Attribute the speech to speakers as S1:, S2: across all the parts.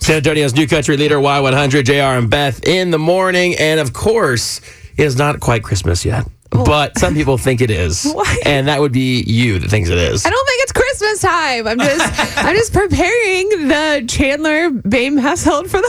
S1: San Antonio's new country leader, Y100, JR and Beth in the morning. And of course, it is not quite Christmas yet, but some people think it is.
S2: Oh. Why?
S1: And that would be you that thinks it is.
S2: I don't think it's Christmas time. I'm just I'm just preparing the Chandler Bame household for the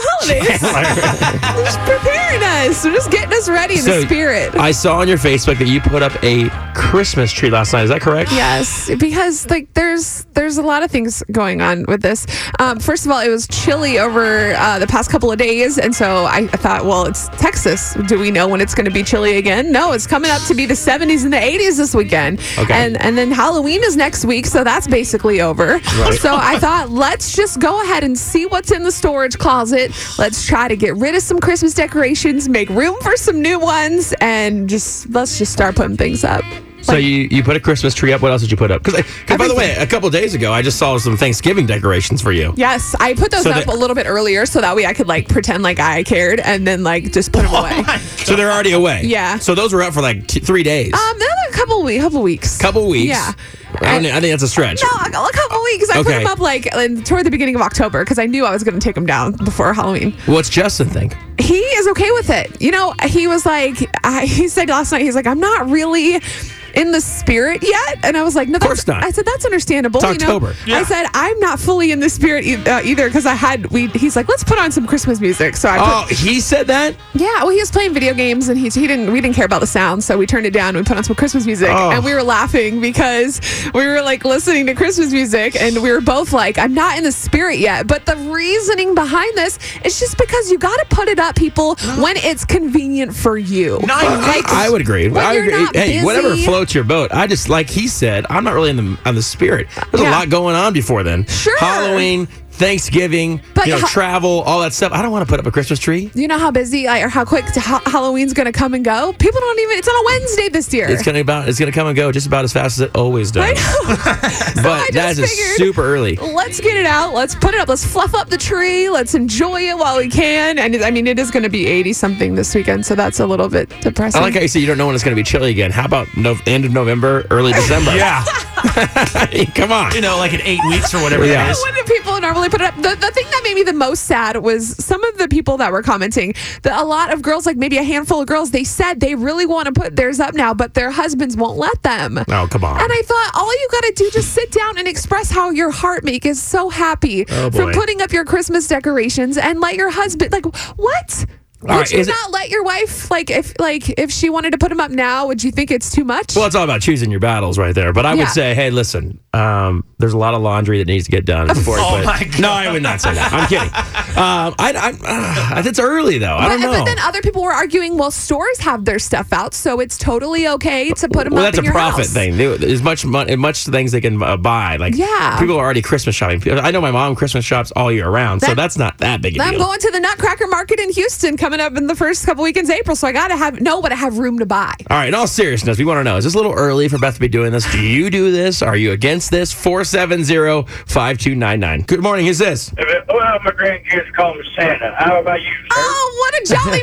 S2: holidays. They're just preparing us. They're just getting us ready in the spirit.
S1: I saw on your Facebook that you put up a Christmas tree last night. Is that correct?
S2: Yes, because like there's there's a lot of things going on with this. Um, first of all, it was chilly over uh, the past couple of days, and so I, I thought, well, it's Texas. Do we know when it's going to be chilly again? No, it's coming up to be the 70s and the 80s this weekend.
S1: Okay.
S2: And and then Halloween is next week, so that's basically over. So I thought, let's just go ahead and see what's in the storage closet. Let's try to get rid of some Christmas decorations, make room for some new ones, and just let's just start putting things up.
S1: So you, you put a Christmas tree up. What else did you put up? Because by the way, a couple days ago, I just saw some Thanksgiving decorations for you.
S2: Yes, I put those
S1: So
S2: up
S1: the-
S2: a little bit earlier so that way I could like pretend like I cared and then like just put them away. Um,
S1: So they're already away.
S2: Yeah.
S1: So those were up for like t- three days.
S2: another couple weeks, couple weeks,
S1: couple weeks.
S2: Yeah.
S1: I, don't
S2: I-
S1: know, I think that's a stretch.
S2: No, a a couple weeks. I put
S1: Okay.
S2: them up like in- toward the beginning of October because I knew I was going to take them down before Halloween.
S1: What's Justin think?
S2: He is okay with it. You know, he was like, I, he said last night, he's like, I'm not really in the spirit yet. And I was like, no, that's,
S1: course not.
S2: I said, that's understandable.
S1: It's
S2: you know?
S1: October.
S2: I said, I'm not fully in the spirit e- uh, either because I had, we, he's like, let's put on some Christmas music. So I put
S1: Oh, he said that.
S2: Yeah, well, he was playing video games, and he, he didn't. We didn't care about the sound, so we turned it down. We put on some Christmas music,
S1: Oh.
S2: and we were laughing because we were like listening to Christmas music, and we were both like, "I'm not in the spirit yet." But the reasoning behind this is just because you got to put it up, people, when it's convenient for you. Like,
S1: I would agree.
S2: when
S1: I
S2: you're
S1: agree.
S2: not
S1: hey, whatever
S2: busy-
S1: floats your boat. I just like he said. I'm not really in the on the spirit. There's
S2: Yeah.
S1: a lot going on before then.
S2: Sure.
S1: Halloween, Thanksgiving,
S2: But
S1: you know,
S2: ho-
S1: travel, all that stuff. I don't want to put up a Christmas tree.
S2: You know how busy like, or how quick to ha- Halloween's going to come and go. People don't even. It's on a Wednesday this year.
S1: It's gonna about. It's gonna come and go just about as fast as it always does.
S2: I know.
S1: But
S2: just
S1: that is
S2: figured-
S1: super early.
S2: Let's get it out. Let's put it up. Let's fluff up the tree. Let's enjoy it while we can. And it- I mean, it is going to be 80 something this weekend, so that's a little bit depressing.
S1: I like how you said you don't know when it's going to be chilly again. How about no, end of November, early December?
S3: Yeah,
S1: Come on.
S3: you know, like in eight weeks or whatever
S1: Yeah.
S3: it is.
S2: when do people normally put it up? The, the thing that made me the most sad was some of the people that were commenting that a lot of girls, like maybe a handful of girls, they said they really want to put theirs up now, but their husbands won't let them.
S1: Oh, come on.
S2: And I thought all you got to do just sit down and express how your heart make is so happy
S1: Oh,
S2: for
S1: boy.
S2: putting up your Christmas decorations and let your husband like what? Would
S1: All right,
S2: you
S1: is it-
S2: not let your wife like if like if she wanted to put them up now? Would you think it's too much?
S1: Well, it's all about choosing your battles right there. But I would
S2: Yeah.
S1: say, hey, listen, um, there's a lot of laundry that needs to get done before you
S3: Oh,
S1: put-
S3: my God.
S1: No, I would not say that. I'm kidding. Um, I, I, uh, it's early, though. I
S2: but,
S1: don't know.
S2: but then other people were arguing, well, stores have their stuff out, so it's totally okay to put them
S1: well,
S2: up.
S1: that's a
S2: in your
S1: profit
S2: house.
S1: thing. They- There's much, mon- much things they can uh, buy. Like,
S2: Yeah.
S1: people are already Christmas shopping. I know my mom Christmas shops all year round, so
S2: That-
S1: that's not that big a
S2: I'm
S1: deal.
S2: going to the Nutcracker Market in Houston coming up in the first couple weekends of April, so I gotta have know what I have room to buy.
S1: All right, in all seriousness, we want to know is this a little early for Beth to be doing this? Do you do this? Are you against this? 470 5299. Good morning. Who's this?
S4: Well, my grandkids call me Santa. How about you, sir?
S2: Oh, what a jolly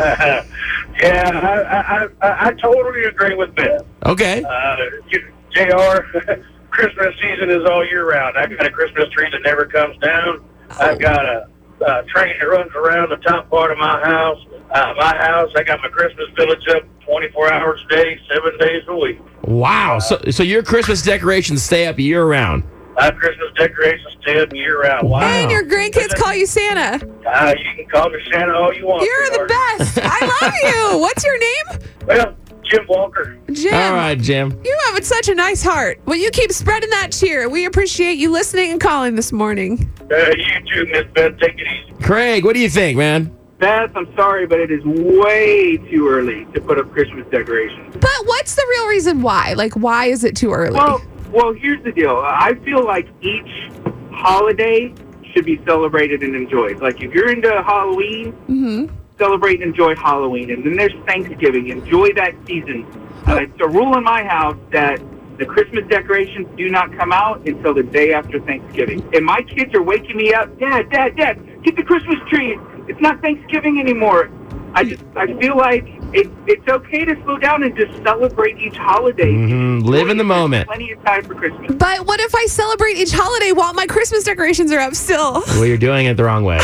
S4: Yeah, I, I, I, I totally agree with Beth.
S1: Okay.
S4: Uh, you, Jr. Christmas season is all year round. I've got a Christmas tree that never comes down. I've got a, uh train that runs around the top part of my house. Uh, my house. I got my Christmas village up 24 hours a day, seven days a week.
S1: Wow. So, so your Christmas decorations stay up year round.
S4: I have Christmas decorations still year round. Why?
S2: And your grandkids call you Santa.
S4: Uh, you can call me Santa all you want.
S2: You're the
S4: sweetheart.
S2: best. I love you. What's your name?
S4: Well, Jim Walker.
S2: Jim.
S1: All right, Jim.
S2: You have such a nice heart. Well, you keep spreading that cheer. We appreciate you listening and calling this morning.
S4: Uh, you too, Miss Beth. Take it easy.
S1: Craig, what do you think, man?
S5: Beth, I'm sorry, but it is way too early to put up Christmas decorations.
S2: But what's the real reason why? Like, why is it too early?
S5: Well, well, here's the deal. I feel like each holiday should be celebrated and enjoyed. Like if you're into Halloween, celebrate and enjoy Halloween, and then there's Thanksgiving. Enjoy that season. Uh, it's a rule in my house that the Christmas decorations do not come out until the day after Thanksgiving. And my kids are waking me up, Dad, Dad, Dad, get the Christmas tree. It's not Thanksgiving anymore. I just I feel like it, it's okay to slow down and just celebrate each holiday.
S1: Mhm. Live in the
S5: There's
S1: moment.
S5: Plenty of time for Christmas.
S2: But what if I celebrate each holiday while my Christmas decorations are up still?
S1: Well, you're doing it the wrong way.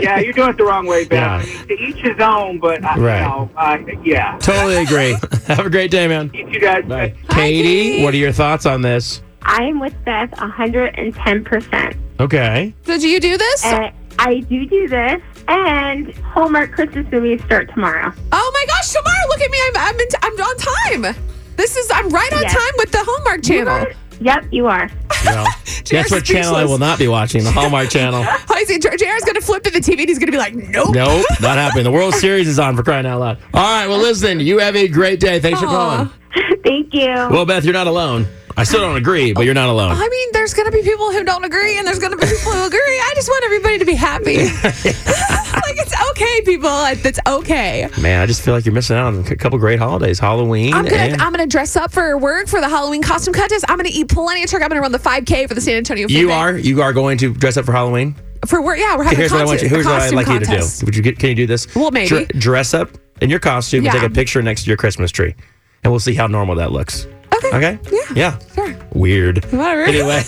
S5: yeah, you're doing it the wrong way, Ben.
S1: Yeah.
S5: I mean, to each his own, but I,
S1: Right.
S5: you know, I, yeah.
S1: totally agree. Have a great day, man.
S5: You two guys.
S1: Bye.
S2: Hi, Katie.
S1: what are your thoughts on this?
S3: I am with Beth 110%.
S1: Okay.
S2: Did you do this?
S3: And I do do this, and Hallmark Christmas movies start tomorrow.
S2: Oh my gosh, tomorrow! Look at me. I'm I'm, in t- I'm on time. This is I'm right on
S3: Yes.
S2: time with the Hallmark Channel.
S3: Yep, you are.
S1: Well, guess what channel I
S2: speechless.
S1: will not be watching? The Hallmark channel.
S2: Oh, you see, J- JR's going to flip to the TV and he's going to be like, nope.
S1: Nope, not happening. The World Series is on for crying out loud. All right, well, listen, you have a great day. Thanks for
S2: Aw.
S1: calling.
S3: Thank you.
S1: Well, Beth, you're not alone. I still don't agree, but you're not alone.
S2: I mean, there's going to be people who don't agree, and there's going to be people who agree. I just want everybody to be happy. like it's okay, people. Like, It's okay.
S1: Man, I just feel like you're missing out on a couple great holidays. Halloween.
S2: I'm gonna
S1: and-
S2: I'm gonna dress up for work for the Halloween costume contest. I'm gonna eat plenty of turkey. I'm gonna run the 5K for the San Antonio. Food
S1: you
S2: Bank.
S1: are you are going to dress up for Halloween.
S2: for work. Yeah, we're having
S1: Here's
S2: a
S1: what I want
S2: contest.
S1: you.
S2: a
S1: Here's what I'd
S2: costume
S1: like
S2: contest.
S1: you to do. Would you can you do this?
S2: Well, maybe.
S1: Dre- dress up in your costume
S2: Yeah.
S1: and take a picture next to your Christmas tree, and we'll see how normal that looks.
S2: Okay.
S1: Okay.
S2: Yeah.
S1: Yeah.
S2: Sure.
S1: Weird.
S2: Whatever.
S1: Anyway.